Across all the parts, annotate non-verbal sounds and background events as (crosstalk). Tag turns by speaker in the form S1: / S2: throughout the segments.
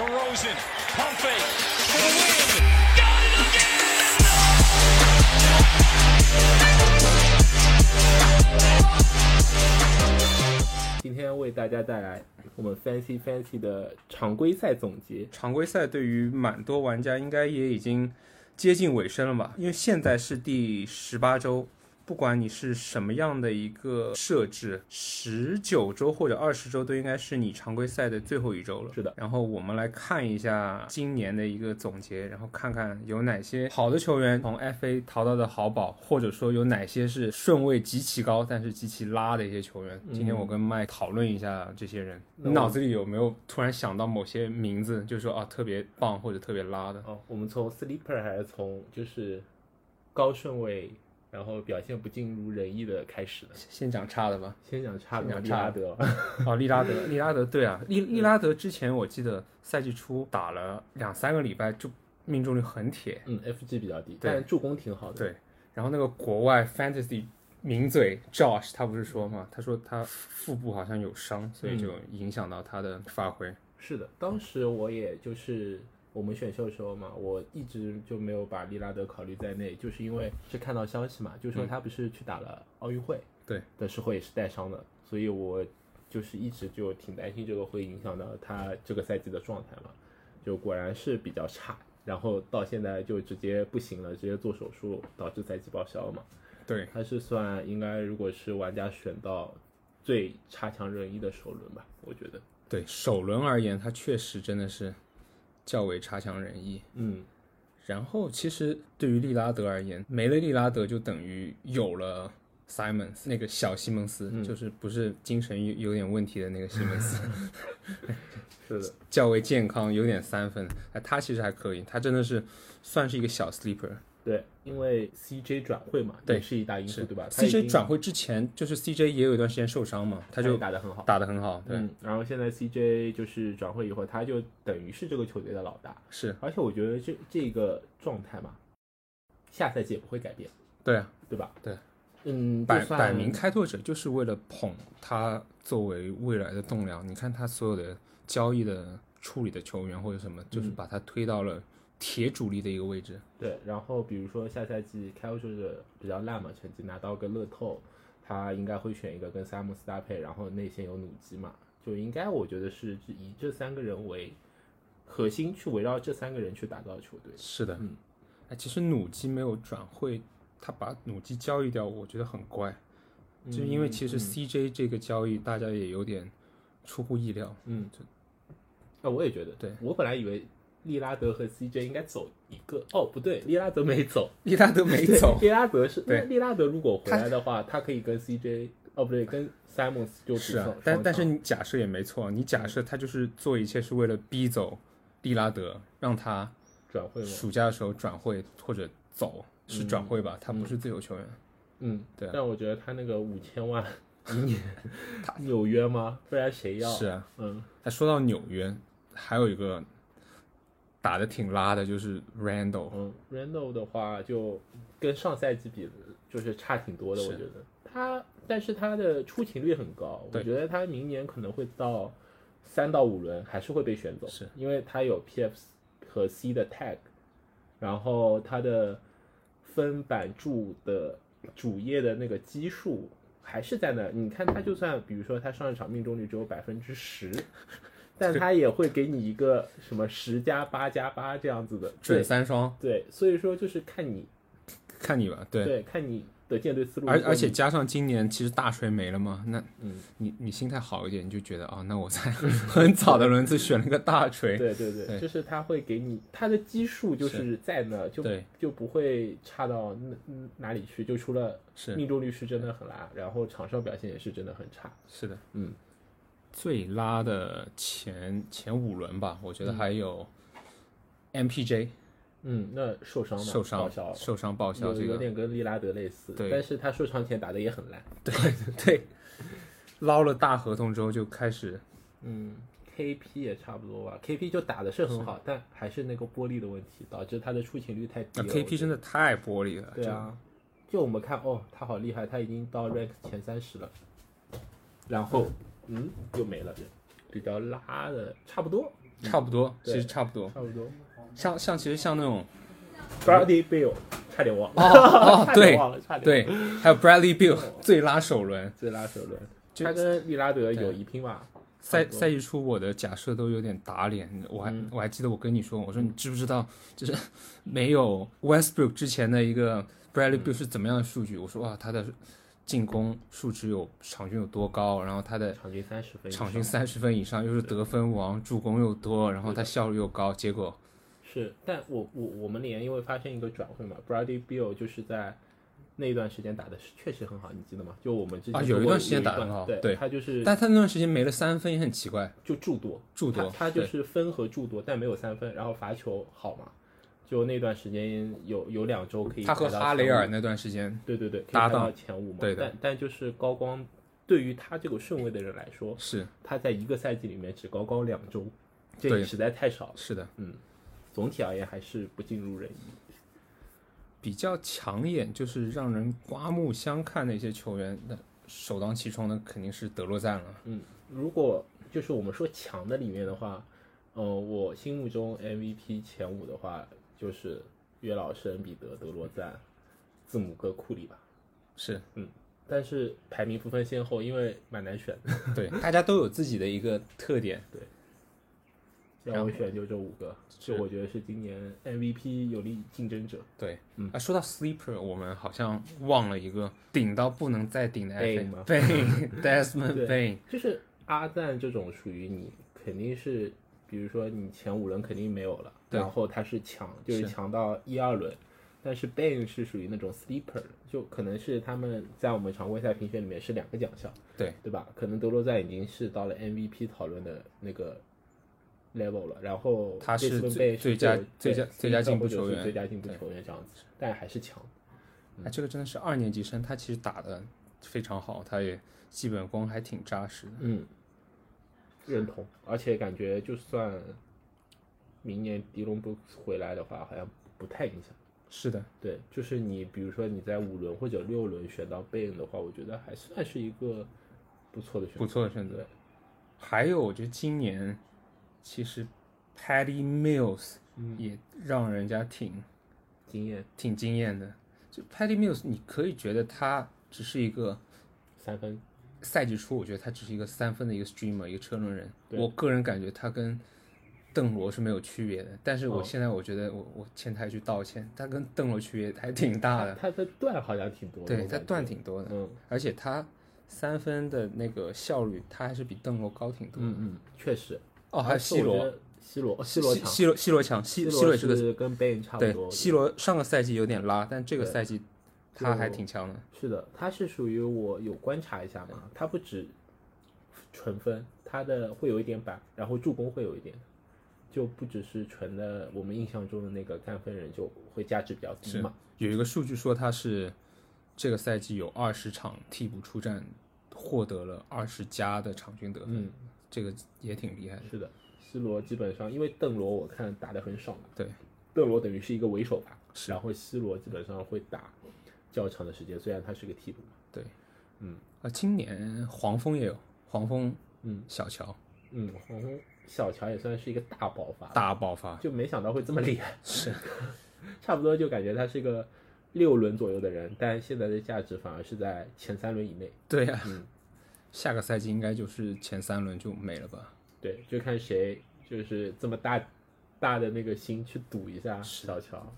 S1: DeRozan, pump fake for the win. Got it again.
S2: Fantasy 今天为大家带来我们 Fancy Fancy 的常规赛总结。
S3: 常规赛对于蛮多玩家应该也已经接近尾声了吧？因为现在是第十八周，不管你是什么样的一个设置，十九周或者二十周都应该是你常规赛的最后一周了。
S2: 是的
S3: 然后我们来看一下今年的一个总结，然后看看有哪些好的球员从 FA 淘到的好宝，或者说有哪些是顺位极其高但是极其拉的一些球员。今天我跟麦讨论一下这些人，
S2: 嗯那
S3: 你
S2: 我
S3: 脑子里有没有突然想到某些名字，就是说啊特别棒或者特别拉的？
S2: 哦，我们从 Sleeper 还是从就是高顺位，然后表现不尽如人意的开始呢？
S3: 先讲差的吧。
S2: 先讲差
S3: 先
S2: 的
S3: 讲
S2: 利
S3: 差
S2: 拉
S3: 的
S2: 德吧，
S3: (laughs) 哦，利拉德，利拉德，对啊，利利拉德之前我记得赛季初打了两三个礼拜，就命中率很铁。
S2: 嗯，FG 比较低，但是助攻挺好的。
S3: 对，然后那个国外 fantasy 名嘴 Josh 他不是说嘛，他说他腹部好像有伤，所以就影响到他的发挥。
S2: 是的，当时我也就是我们选秀的时候嘛，我一直就没有把利拉德考虑在内，就是因为是看到消息嘛，就说他不是去打了奥运会，
S3: 对
S2: 的时候也是带伤的，所以我就是一直就挺担心这个会影响到他这个赛季的状态嘛，就果然是比较差，然后到现在就直接不行了，直接做手术导致赛季报销嘛，
S3: 对，
S2: 他是算应该如果是玩家选到最差强人意的首轮吧，我觉得，
S3: 对，首轮而言，他确实真的是较为差强人意。
S2: 嗯。
S3: 然后其实对于利拉德而言，没了利拉德就等于有了 Simons 那个小西蒙斯，就是不是精神有有点问题的那个西蒙斯，
S2: 是的，
S3: 较为健康，有点三分。哎，他其实还可以，他真的是算是一个小 sleeper。
S2: 对，因为 CJ 转会嘛，
S3: 对
S2: 也是一大因素，对吧他已经
S3: CJ 转会之前，就是 CJ 也有一段时间受伤嘛，他
S2: 他
S3: 就
S2: 也打得很好，
S3: 打得很好。对，
S2: 嗯，然后现在 CJ 就是转会以后，他就等于是这个球队的老大，
S3: 是，
S2: 而且我觉得这这个状态嘛，下赛季也不会改变，
S3: 对啊，
S2: 对吧？
S3: 对，
S2: 嗯，
S3: 摆
S2: 就算
S3: 摆明开拓者就是为了捧他作为未来的栋梁。你看他所有的交易的处理的球员或者什么，就是把他推到了铁主力的一个位置。
S2: 对，然后比如说下赛季开拓者比较烂嘛，成绩拿到个乐透，他应该会选一个跟萨姆斯搭配，然后内线有努基嘛，就应该我觉得是以这三个人为核心，去围绕这三个人去打造球队。
S3: 是的，
S2: 嗯
S3: 哎，其实努基没有转会，他把努基交易掉，我觉得很怪，就因为其
S2: 嗯
S3: 实 CJ 这个交易大家也有点出乎
S2: (laughs)
S3: 意料。
S2: 嗯，啊，我也觉得，
S3: 对
S2: 我本来以为利拉德和 CJ 应该走一个，哦，不对，利拉德没走，
S3: 利拉德没
S2: (laughs) ，
S3: 走
S2: 利拉德是，
S3: 对
S2: 那利拉德如果回来的话，他可以跟 CJ，哦，不对，跟 Simons 就嗯组
S3: 是啊
S2: 上，
S3: 但
S2: 双
S3: 但是
S2: 场
S3: 你假设也没错，你假设他就是做一切是为了逼走利拉德，让他
S2: 转会嘛，
S3: 暑假的时候转会或者走，是转会吧？他不是自由球员，
S2: 嗯，
S3: 对啊
S2: 但我觉得他那个五千
S3: (laughs)
S2: 万一年，纽约吗？不然谁要？
S3: 是啊。
S2: 嗯，
S3: 那说到纽约，还有一个打的挺拉的，就是 Randall，
S2: 嗯，Randall 的话就跟上赛季比，就是差挺多的，我
S3: 是
S2: 觉得他，但是他的出勤率很高，我
S3: 对
S2: 觉得他明年可能会到三到五轮还是会被选走，
S3: 是
S2: 因为他有 PF 和 C 的 tag，然后他的分板柱的主页的那个基数还是在那，你看他就算比如说他上一场命中率只有百分之十。 (laughs) 但他也会给你一个什么十加八加八这样子的对
S3: 准三双，
S2: 对，所以说就是看你
S3: 看你吧，对。
S2: 对看你的舰队思路。
S3: 而
S2: 如果
S3: 而且
S2: 你
S3: 加上今年其实大锤没了嘛，那
S2: 嗯，
S3: 你你心态好一点，你就觉得哦，那我在 (laughs) 很早的轮次选了个大锤，
S2: 对对对，
S3: 对
S2: 就是他会给你他的基数就是在那，就
S3: 对
S2: 就不会差到哪哪里去，就除了
S3: 是
S2: 命中率是真的很拉，然后场上表现也是真的很差。
S3: 是的，
S2: 嗯，
S3: 最拉的前前五轮吧，我觉得还有 MPJ
S2: 嗯，那受伤嘛，
S3: 受伤
S2: 报销
S3: 受伤报销
S2: 有
S3: 这
S2: 有
S3: 个，
S2: 点跟利拉德类似，
S3: 对
S2: 但是他受伤前打的也很烂。
S3: 对对，捞了大合同之后就开始
S2: 嗯，KP 也差不多吧，KP 就打的是很好，但还是那个玻璃的问题，导致他的出勤率太低
S3: 啊
S2: 了。我觉
S3: ，KP
S2: 得
S3: 真的太玻璃了，
S2: 对
S3: 这
S2: 啊，就我们看哦，他好厉害，他已经到 rank 前三十了，然后嗯又没了，比较拉的差不多，
S3: 差不多，其
S2: 对
S3: 实差不多。
S2: 差不多。
S3: 像像其实像那
S2: (laughs)
S3: 种
S2: Bradley b i l l 差点忘了，
S3: 哦
S2: 差
S3: 对
S2: 点忘了，差点
S3: 对，还有 Bradley Bill 最拉手轮，
S2: 最拉手轮，
S3: 就
S2: 他跟利拉德有一拼吧？
S3: 赛
S2: 差不多
S3: 赛季初我的假设都有点打脸，我还、
S2: 嗯
S3: 我还记得我跟你说，我说你知不知道，就是 (laughs) 没有 Westbrook 之前的一
S2: 嗯
S3: 个 Bradley Bill 是怎么样的数据？我说哇，他的进攻数值有场均有多高，然后他的
S2: 场均三十分以上，
S3: 场均三十分以上，又是得分王，助攻又多，然后他效率又高，结果
S2: 是，但我我我们联因为发生一个转会嘛，Bradley b i l l 就是在那一段时间打的是确实很好，你记得吗？就我们之前
S3: 啊
S2: 说
S3: 有一
S2: 过
S3: 段时间打得
S2: 段
S3: 很好
S2: 对
S3: 对
S2: 他就是
S3: 但他那段时间没了三分也很奇怪，
S2: 就助多
S3: 助多
S2: 他他就
S3: 对
S2: 是分和助多，但没有三分，然后罚球好嘛，就那段时间有有两周可以
S3: 他和
S2: 排到
S3: 哈
S2: 前
S3: 雷
S2: 五
S3: 尔那段时间
S2: 对对对，可以
S3: 搭
S2: 排到
S3: 档
S2: 前五嘛，
S3: 对的
S2: 但但就是高光。对于他这个顺位的人来说，
S3: 是
S2: 他在一个赛季里面只高光两周，这
S3: 对
S2: 也实在太少了。
S3: 是的，
S2: 总体而言还是不尽如人意。
S3: 比较抢眼，就是让人刮目相看的一些球员，那首当其冲的肯定是德罗赞了。
S2: 嗯如果就是我们说强的里面的话，嗯、我心目中 MVP 前五的话，就是约老师、恩比德、德罗赞、字母哥、库里吧。
S3: 是
S2: 但是排名不分先后，因为蛮难选
S3: (laughs)
S2: 的。
S3: 对，大家都有自己的一个特点。
S2: 让我选就这五个，这我觉得是今年 MVP 有力竞争者。
S3: 对，
S2: 嗯
S3: 啊，说到 sleeper，我们好像忘了一个顶到不能再顶的
S2: Bane 吗 (laughs)
S3: Bane，Desmond
S2: 对
S3: Bane，
S2: 就是阿赞这种属于你肯定是，比如说你前五轮肯定没有了，
S3: 对
S2: 然后他是强，就是
S3: 是
S2: 强到一二轮。但是 Bane 是属于那种 sleeper，就可能是他们在我们常规赛评选里面是两个奖项，
S3: 对
S2: 对吧？可能德罗赞已经是到了 MVP 讨论的那个 level 了，然后
S3: 他是
S2: Desmond
S3: 最
S2: Bane
S3: 最佳
S2: 有
S3: 最佳
S2: 对
S3: 最佳
S2: sleeper
S3: 进步
S2: 或者
S3: 球
S2: 是
S3: 员
S2: 最佳进步
S3: 对
S2: 球员这样子，但还是强。嗯
S3: 哎，这个真的是二年级生，他其实打的非常好，他也基本功还挺扎实的。
S2: 嗯，认同，而且感觉就算明年迪隆布鲁克斯回来的话，好像不太影响。
S3: 是的，
S2: 对，就是你比如说你在五轮或者六轮选到贝恩的话，我觉得还算是一个不错的选择。
S3: 不错的选择
S2: 对。
S3: 还有，我觉得今年其实 Patty Mills
S2: 嗯
S3: 也让人家挺、
S2: 经验
S3: 挺惊艳的。就 Patty Mills，你可以觉得他只是一个
S2: 三分，
S3: 赛季初，我觉得他只是一个三分的一个 streamer，一个车轮人。
S2: 对
S3: 我个人感觉他跟邓罗是没有区别的，但是我
S2: 哦
S3: 现在我觉得我我欠他一句道歉，他跟邓罗区别还挺大
S2: 他
S3: 的，
S2: 他的段好像挺多的。
S3: 对
S2: 我
S3: 他
S2: 感觉
S3: 段挺多的，
S2: 嗯
S3: 而且他三分的那个效率，他还是比邓罗高挺多的。
S2: 嗯嗯，确实。
S3: 哦，还有
S2: 而且
S3: C
S2: 我觉
S3: 罗，
S2: 得，C 罗，
S3: 西
S2: ，C 罗强
S3: 西罗西罗强，西
S2: ，C
S3: 西
S2: 罗
S3: 也是个
S2: 跟贝恩差不
S3: 对
S2: 多。
S3: 西罗上个赛季有点拉，但这个
S2: 对
S3: 赛季他还挺强的。
S2: 是的，他是属于我有观察一下嘛，他不止纯分，他的会有一点板，然后助攻会有一点，就不只是纯的我们印象中的那个干分人就会价值比较低嘛。
S3: 有一个数据说他是这个赛季有二十场替补出战，获得了二十加的场均得分，
S2: 嗯，
S3: 这个也挺厉害的。
S2: 是的，C 罗基本上因为邓罗我看打得很少嘛，
S3: 对，
S2: 邓罗等于是一个为首吧，
S3: 是
S2: 然后 C 罗基本上会打较长的时间，虽然他是个替补嘛。
S3: 啊，今年黄蜂也有黄蜂，
S2: 嗯，
S3: 小乔
S2: 嗯，黄蜂小乔也算是一个大爆发，
S3: 大爆发，
S2: 就没想到会这么厉害。
S3: 是
S2: 差不多就感觉他是一个六轮左右的人，但现在的价值反而是在前三轮以内。
S3: 对呀、
S2: 嗯
S3: 下个赛季应该就是前三轮就没了吧？
S2: 对，就看谁就是这么大大的那个心去赌一下
S3: 是
S2: 小乔。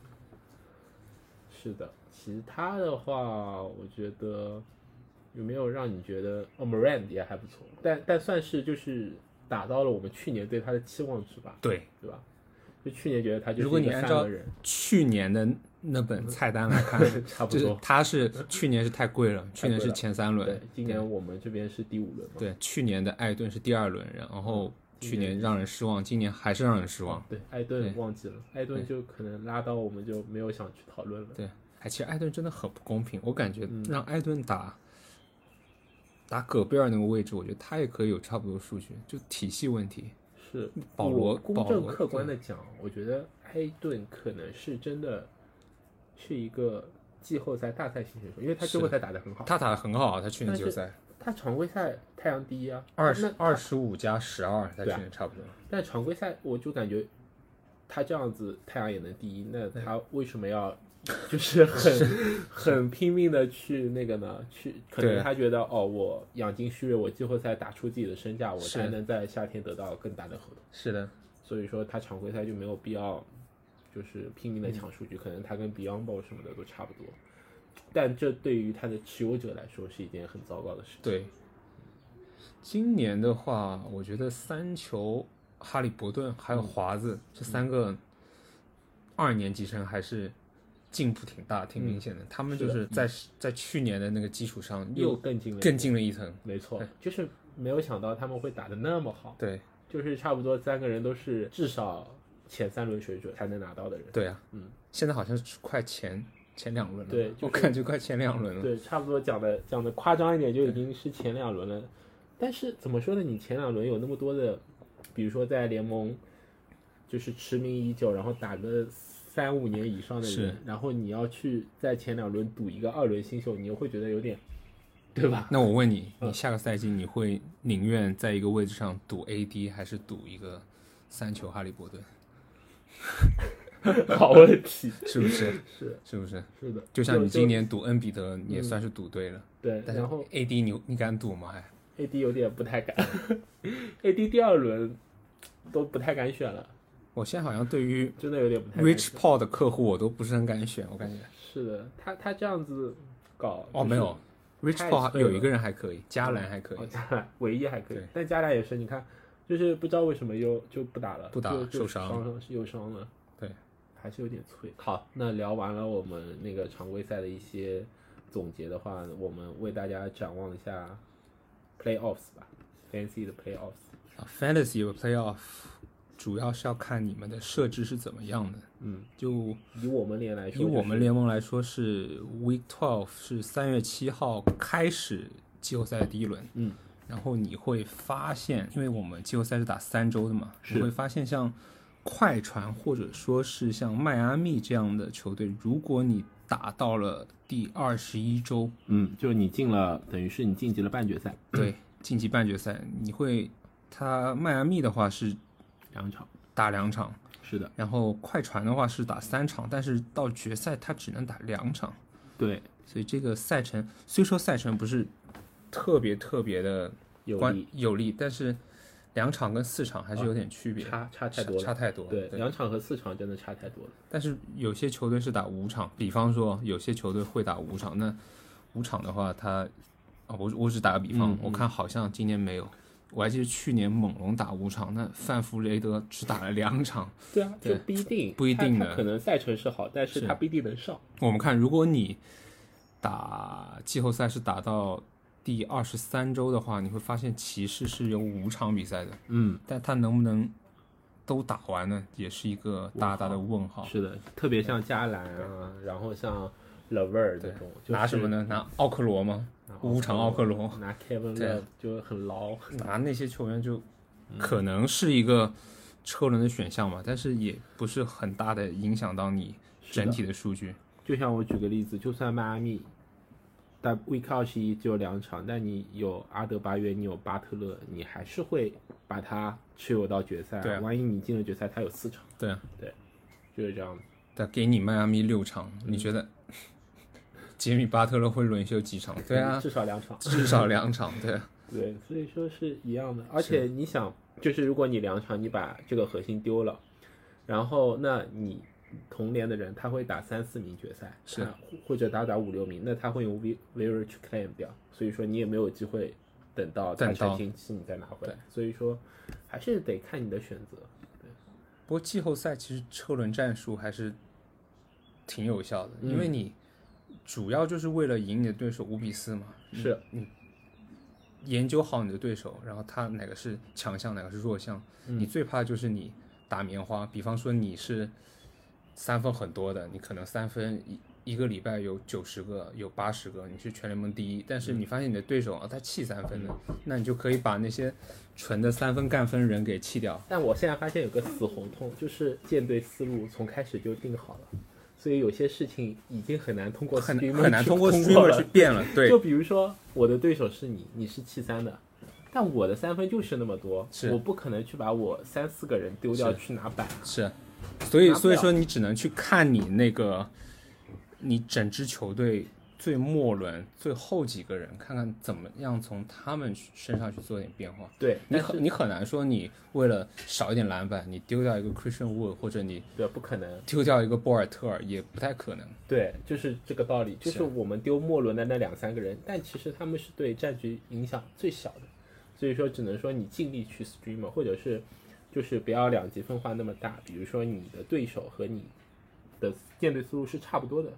S2: 是的，其他的话，我觉得有没有让你觉得哦 m o r a n 也还不错，但但算是就是达到了我们去年对他的期望值吧，
S3: 对，
S2: 对吧？就去年觉得他就
S3: 如果
S2: 是一
S3: 你
S2: 个
S3: 按
S2: 三
S3: 照
S2: 轮人， (laughs)
S3: 去年的那本菜单来看，
S2: 差不
S3: 就是
S2: 多。
S3: 他是去年是太贵了，去年是前三轮
S2: 对，，今年我们这边是第五轮嘛，
S3: 对，去年的艾顿是第二轮，然后去年让人失望，今年还是让人失望。
S2: 对，艾
S3: 对
S2: 顿忘记了，艾顿就可能拉到我们就没有想去讨论了。
S3: 对，哎，其实艾顿真的很不公平，我感觉让艾顿打、打戈贝尔那个位置，我觉得他也可以有差不多数据，就体系问题。
S2: 是
S3: 保罗
S2: 我公
S3: 保
S2: 正
S3: 罗
S2: 客观的讲，我觉得埃顿可能是真的是一个季后赛大赛型选手，因为他季后赛打得很好，
S3: 他打的很好啊，他去年
S2: 但
S3: 季
S2: 是
S3: 后赛，
S2: 他常规赛太阳第一啊，
S3: 二
S2: 那
S3: 十二十五加十二，在
S2: 对啊
S3: 去年差不多。
S2: 但常规赛我就感觉他这样子太阳也能第一，那他为什么要 (laughs) 就是
S3: (laughs)
S2: 很很拼命的去那个呢？去可能
S3: 对
S2: 他觉得哦，我养精蓄锐，我季后赛打出自己的身价，我
S3: 是
S2: 才能在夏天得到更大的合同。
S3: 是的，
S2: 所以说他常规赛就没有必要就是拼命的抢
S3: 嗯
S2: 数据，可能他跟 Beyond 什么的都差不多。但这对于他的持有者来说是一件很糟糕的事情。
S3: 对。今年的话，我觉得三球、哈利伯顿还有华
S2: 嗯
S3: 子、这三个二年级生还是进步挺大、挺明显的。他们
S2: 嗯是
S3: 就
S2: 的嗯
S3: 是在在去年的那个基础上
S2: 又
S3: 又
S2: 更进了一步，
S3: 更进了一层。
S2: 没错，就是没有想到他们会打得那么好，
S3: 对
S2: 就是差不多三个人都是至少前三轮水准才能拿到的人。
S3: 对啊，
S2: 嗯，
S3: 现在好像是快前前两轮了，
S2: 对就是
S3: 我感觉快前两轮了。
S2: 对，差不多讲的讲的夸张一点，就已经是前两轮了。但是怎么说呢？你前两轮有那么多的，比如说在联盟就是驰名已久，然后打个三五年以上的
S3: 是
S2: 人，然后你要去在前两轮赌一个二轮新秀，你又会觉得有点，对吧？
S3: 那我问你，
S2: 嗯
S3: 你下个赛季你会宁愿在一个位置上赌 AD，还是赌一个三球哈利伯顿？
S2: 好问题，
S3: 是不是？
S2: (laughs) 是
S3: 是不是？
S2: 是的，
S3: 就像你今
S2: 年
S3: 年赌恩比德，你也算是赌对了。
S2: 对，
S3: 但
S2: 嗯
S3: 是
S2: 然后
S3: AD 你你敢赌吗？还哎
S2: AD 有点不太敢 (laughs) ，AD 第二轮都不太敢选了，
S3: 我现在好像对于
S2: 真的有点不太敢嗯
S3: Rich
S2: 选。
S3: Paul 的客户我都不是很敢选，我感觉。
S2: 是的，他他这样子搞
S3: 哦，没有，Rich
S2: 太
S3: Paul
S2: 碎了
S3: 有一个人还可以，加兰还可
S2: 哦，
S3: 以，
S2: 加莱 (laughs) 唯一还可以
S3: 对，
S2: 但加莱也是，你看，就是不知道为什么又就不打了，
S3: 不打
S2: 就就
S3: 受伤
S2: 伤了，又伤了，
S3: 对，
S2: 还是有点脆。好，那聊完了我们那个常规赛的一些总结的话，我们为大家展望一下 playoffs 吧，fancy 的 playoffs。
S3: 啊，Fantasy 和 Playoff 主要是要看你们的设置是怎么样的。
S2: 嗯，
S3: 就
S2: 以我们联来说、
S3: 以我们联盟来说，是 Week Twelve 是三月七号开始季后赛的第一轮。
S2: 嗯，
S3: 然后你会发现，因为我们季后赛是打三周的嘛，
S2: 是
S3: 你会发现像快船或者说是像迈阿密这样的球队，如果你打到了第二十一周，
S2: 嗯，就是你进了，等于是你晋级了半决赛
S3: 对晋级半决赛，你会他迈阿密的话是
S2: 两场，
S3: 打两场，
S2: 是的，
S3: 然后快船的话是打三场，但是到决赛他只能打两场。
S2: 对，
S3: 所以这个赛程虽说赛程不是特别特别的
S2: 有
S3: 关
S2: 利
S3: 有利，但是两场跟四场还是有点区别，
S2: 啊差差太
S3: 差
S2: 多了，
S3: 差太多了。
S2: 对，两场和四场真的差太多了。
S3: 但是有些球队是打五场，比方说有些球队会打五场，那五场的话他，啊，我我只打个比方，
S2: 嗯
S3: 我看好像今年没有。我还记得去年猛龙打五场，那范弗雷德只打了两场。
S2: 对啊，就
S3: 对
S2: 不一定，
S3: 不一定
S2: 他
S3: 的
S2: 他可能赛程是好，但是
S3: 是
S2: 他不一定能上。
S3: 我们看，如果你打季后赛是打到第二十三周的话，你会发现骑士是有五场比赛的，
S2: 嗯，
S3: 但他能不能都打完呢，也是一个大大的问号。
S2: 是的，特别像加兰啊，然后像 l e v e r 这种，就是嗯
S3: 拿什么？呢？拿奥克罗吗？
S2: 拿
S3: 五场奥克罗，
S2: 拿 Kevin
S3: 对
S2: Love 就很
S3: (laughs)
S2: 牢。
S3: 拿那些球员就可能是一个车轮的选项嘛，但是也不是很大的影响到你
S2: 是的
S3: 整体的数据。
S2: 就像我举个例子，就算迈阿密，但 Week 二十一只有两场，但你有阿德巴约，你有巴特勒，你还是会把他持有到决赛。
S3: 对啊
S2: 万一你进了决赛，他有四场，
S3: 对啊，
S2: 就是这样子。
S3: 但给你迈阿密六场，你觉得 (laughs) 杰米巴特勒会轮休几场？对啊，
S2: 至少两场。
S3: 至少两场，对啊，
S2: 对，所以说是一样的。而且你想，就是如果你两场你把这个核心丢了，然后那你同联的人他会打三四名决赛，
S3: 是
S2: 他或者打打五六名，那他会用 v v e r 去 claim 掉，所以说你也没有机会等到他
S3: 等到
S2: 全新期你再拿回来。所以说还是得看你的选择。
S3: (laughs) 不过季后赛其实车轮战术还是挺有效的，
S2: 嗯
S3: 因为你主要就是为了赢你的对手五比四嘛，
S2: 是，
S3: 研究好你的对手，然后他哪个是强项，哪个是弱项。你最怕就是你打棉花，比方说你是三分很多的，你可能三分一一个礼拜有九十个，有八十个，你是全联盟第一，但是你发现你的对手啊，他弃三分的，那你就可以把那些纯的三分干分人给弃掉。
S2: 但我现在发现有个死胡同，就是舰队思路从开始就定好了，所以有些事情已经很难通过
S3: 很
S2: streamer
S3: 很难
S2: 去
S3: 通过
S2: 通
S3: streamer
S2: 了
S3: 去变了。对
S2: 就，比如说我的对手是你，你是七三的，但我的三分就是那么多
S3: 是，
S2: 我不可能去把我三四个人丢掉
S3: 是
S2: 去拿板。
S3: 是，所以
S2: 拿不
S3: 所以
S2: 了
S3: 说你只能去看你那个，你整支球队最末轮最后几个人，看看怎么样从他们身上去做点变化。
S2: 对，
S3: 你
S2: 但是
S3: 很你很难说你为了少一点篮板，你丢掉一个 Christian Wood，或者你
S2: 对不可能，
S3: 丢掉一个博尔特尔，也不太可能。
S2: 对，就是这个道理，就是是我们丢末轮的那两三个人，但其实他们是对战局影响最小的，所以说只能说你尽力去 streamer，或者是就是不要两极分化那么大，比如说你的对手和你的舰队思路是差不多的，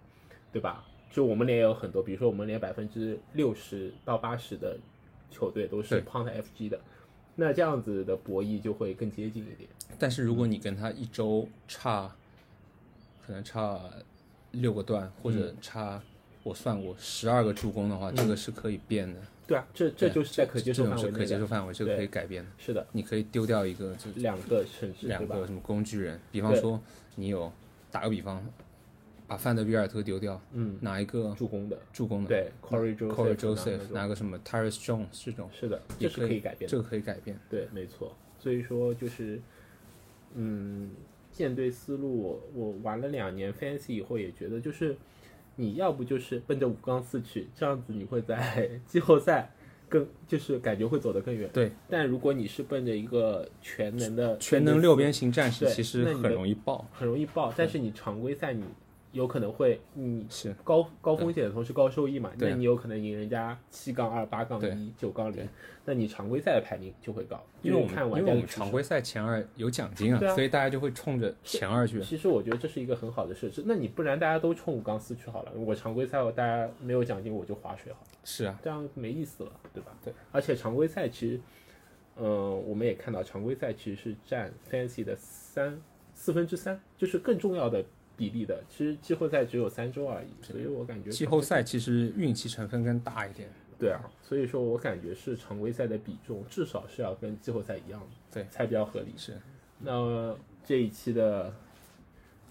S2: 对吧？就我们连也有很多，比如说我们连百分之六十到八十的球队都是
S3: 对
S2: Pound FG 的，那这样子的博弈就会更接近一点。
S3: 但是如果你跟他一周差，可能差六个段，或者
S2: 嗯
S3: 差、我算过十二个助攻的话，这个是可以变的。
S2: 对啊，这这
S3: 对
S2: 就是在可接受
S3: 这
S2: 范
S3: 种
S2: 围
S3: 是
S2: 内
S3: 可以接受
S2: 的。
S3: 范围，这个可
S2: 对
S3: 以改变的。
S2: 是的，
S3: 你可以丢掉一个这
S2: 两个甚至
S3: 两
S2: 对吧
S3: 个？什么工具人，比方
S2: 对
S3: 说你有打个比方，把范德比尔特丢掉，
S2: 嗯，
S3: 拿一个
S2: 助攻的，
S3: 助攻的，
S2: 对，Corey Joseph
S3: Corey
S2: 拿
S3: Joseph，
S2: 那种
S3: 拿个什么 Terry Jones 这种，
S2: 是的，
S3: 也
S2: 这是可以改变的，
S3: 这个可以改变。
S2: 对，没错。所以说就是，嗯，舰队思路我我玩了两年 Fancy 以后也觉得就是，你要不就是奔着五杠四去，这样子你会在 (laughs) 季后赛更就是感觉会走得更远。
S3: 对，
S2: 但如果你是奔着一个全能的
S3: 全
S2: 舰队
S3: 能
S2: 思
S3: 六
S2: 路
S3: 边形战士
S2: 对
S3: 其实
S2: 那你
S3: 很
S2: 的
S3: 容易爆，
S2: 很容易爆，但是你常规赛你有可能会你
S3: 是
S2: 高高风险的同时高收益嘛，
S3: 对啊
S2: 那你有可能赢人家七杠二、八杠
S3: 对
S2: 一、九杠零
S3: 对，
S2: 那你常规赛的排名就会高，
S3: 因为我
S2: 看
S3: 们
S2: 玩
S3: 因
S2: 家
S3: 为
S2: 的
S3: 我们
S2: 趋
S3: 常
S2: 势
S3: 规赛前二有奖金啊
S2: 对，啊
S3: 所以大家就会冲着前二去。
S2: 其实我觉得这是一个很好的设置，那你不然大家都冲五杠四去好了。我常规赛我大家没有奖金我就划水好了，
S3: 是啊，
S2: 这样没意思了，对吧？
S3: 对。
S2: 而且常规赛其实，嗯、我们也看到常规赛其实是占 Fancy 的三四分之三，就是更重要的比例的。其实季后赛只有三周而已，所以我感觉
S3: 季后赛其实运气成分更大一点。
S2: 对啊，所以说我感觉是常规赛的比重至少是要跟季后赛一样的，
S3: 对
S2: 才比较合理。
S3: 是，
S2: 那这一期的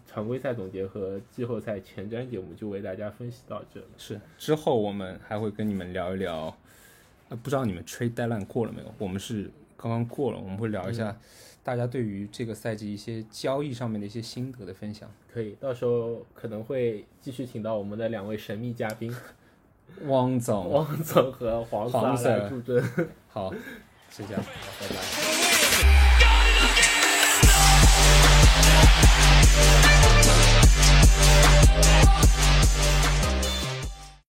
S2: 常规赛总结和季后赛前瞻节目就为大家分析到这里。
S3: 是，之后我们还会跟你们聊一聊，呃，不知道你们 trade deadline 过了没有？我们是刚刚过了，我们会聊一下大家对于这个赛季一些交易上面的一些心得的分享。
S2: 可以，到时候可能会继续请到我们的两位神秘嘉宾
S3: 汪总，
S2: 汪总和黄
S3: 黄
S2: Sir
S3: 总
S2: 来助阵。
S3: 好，是这样，拜拜。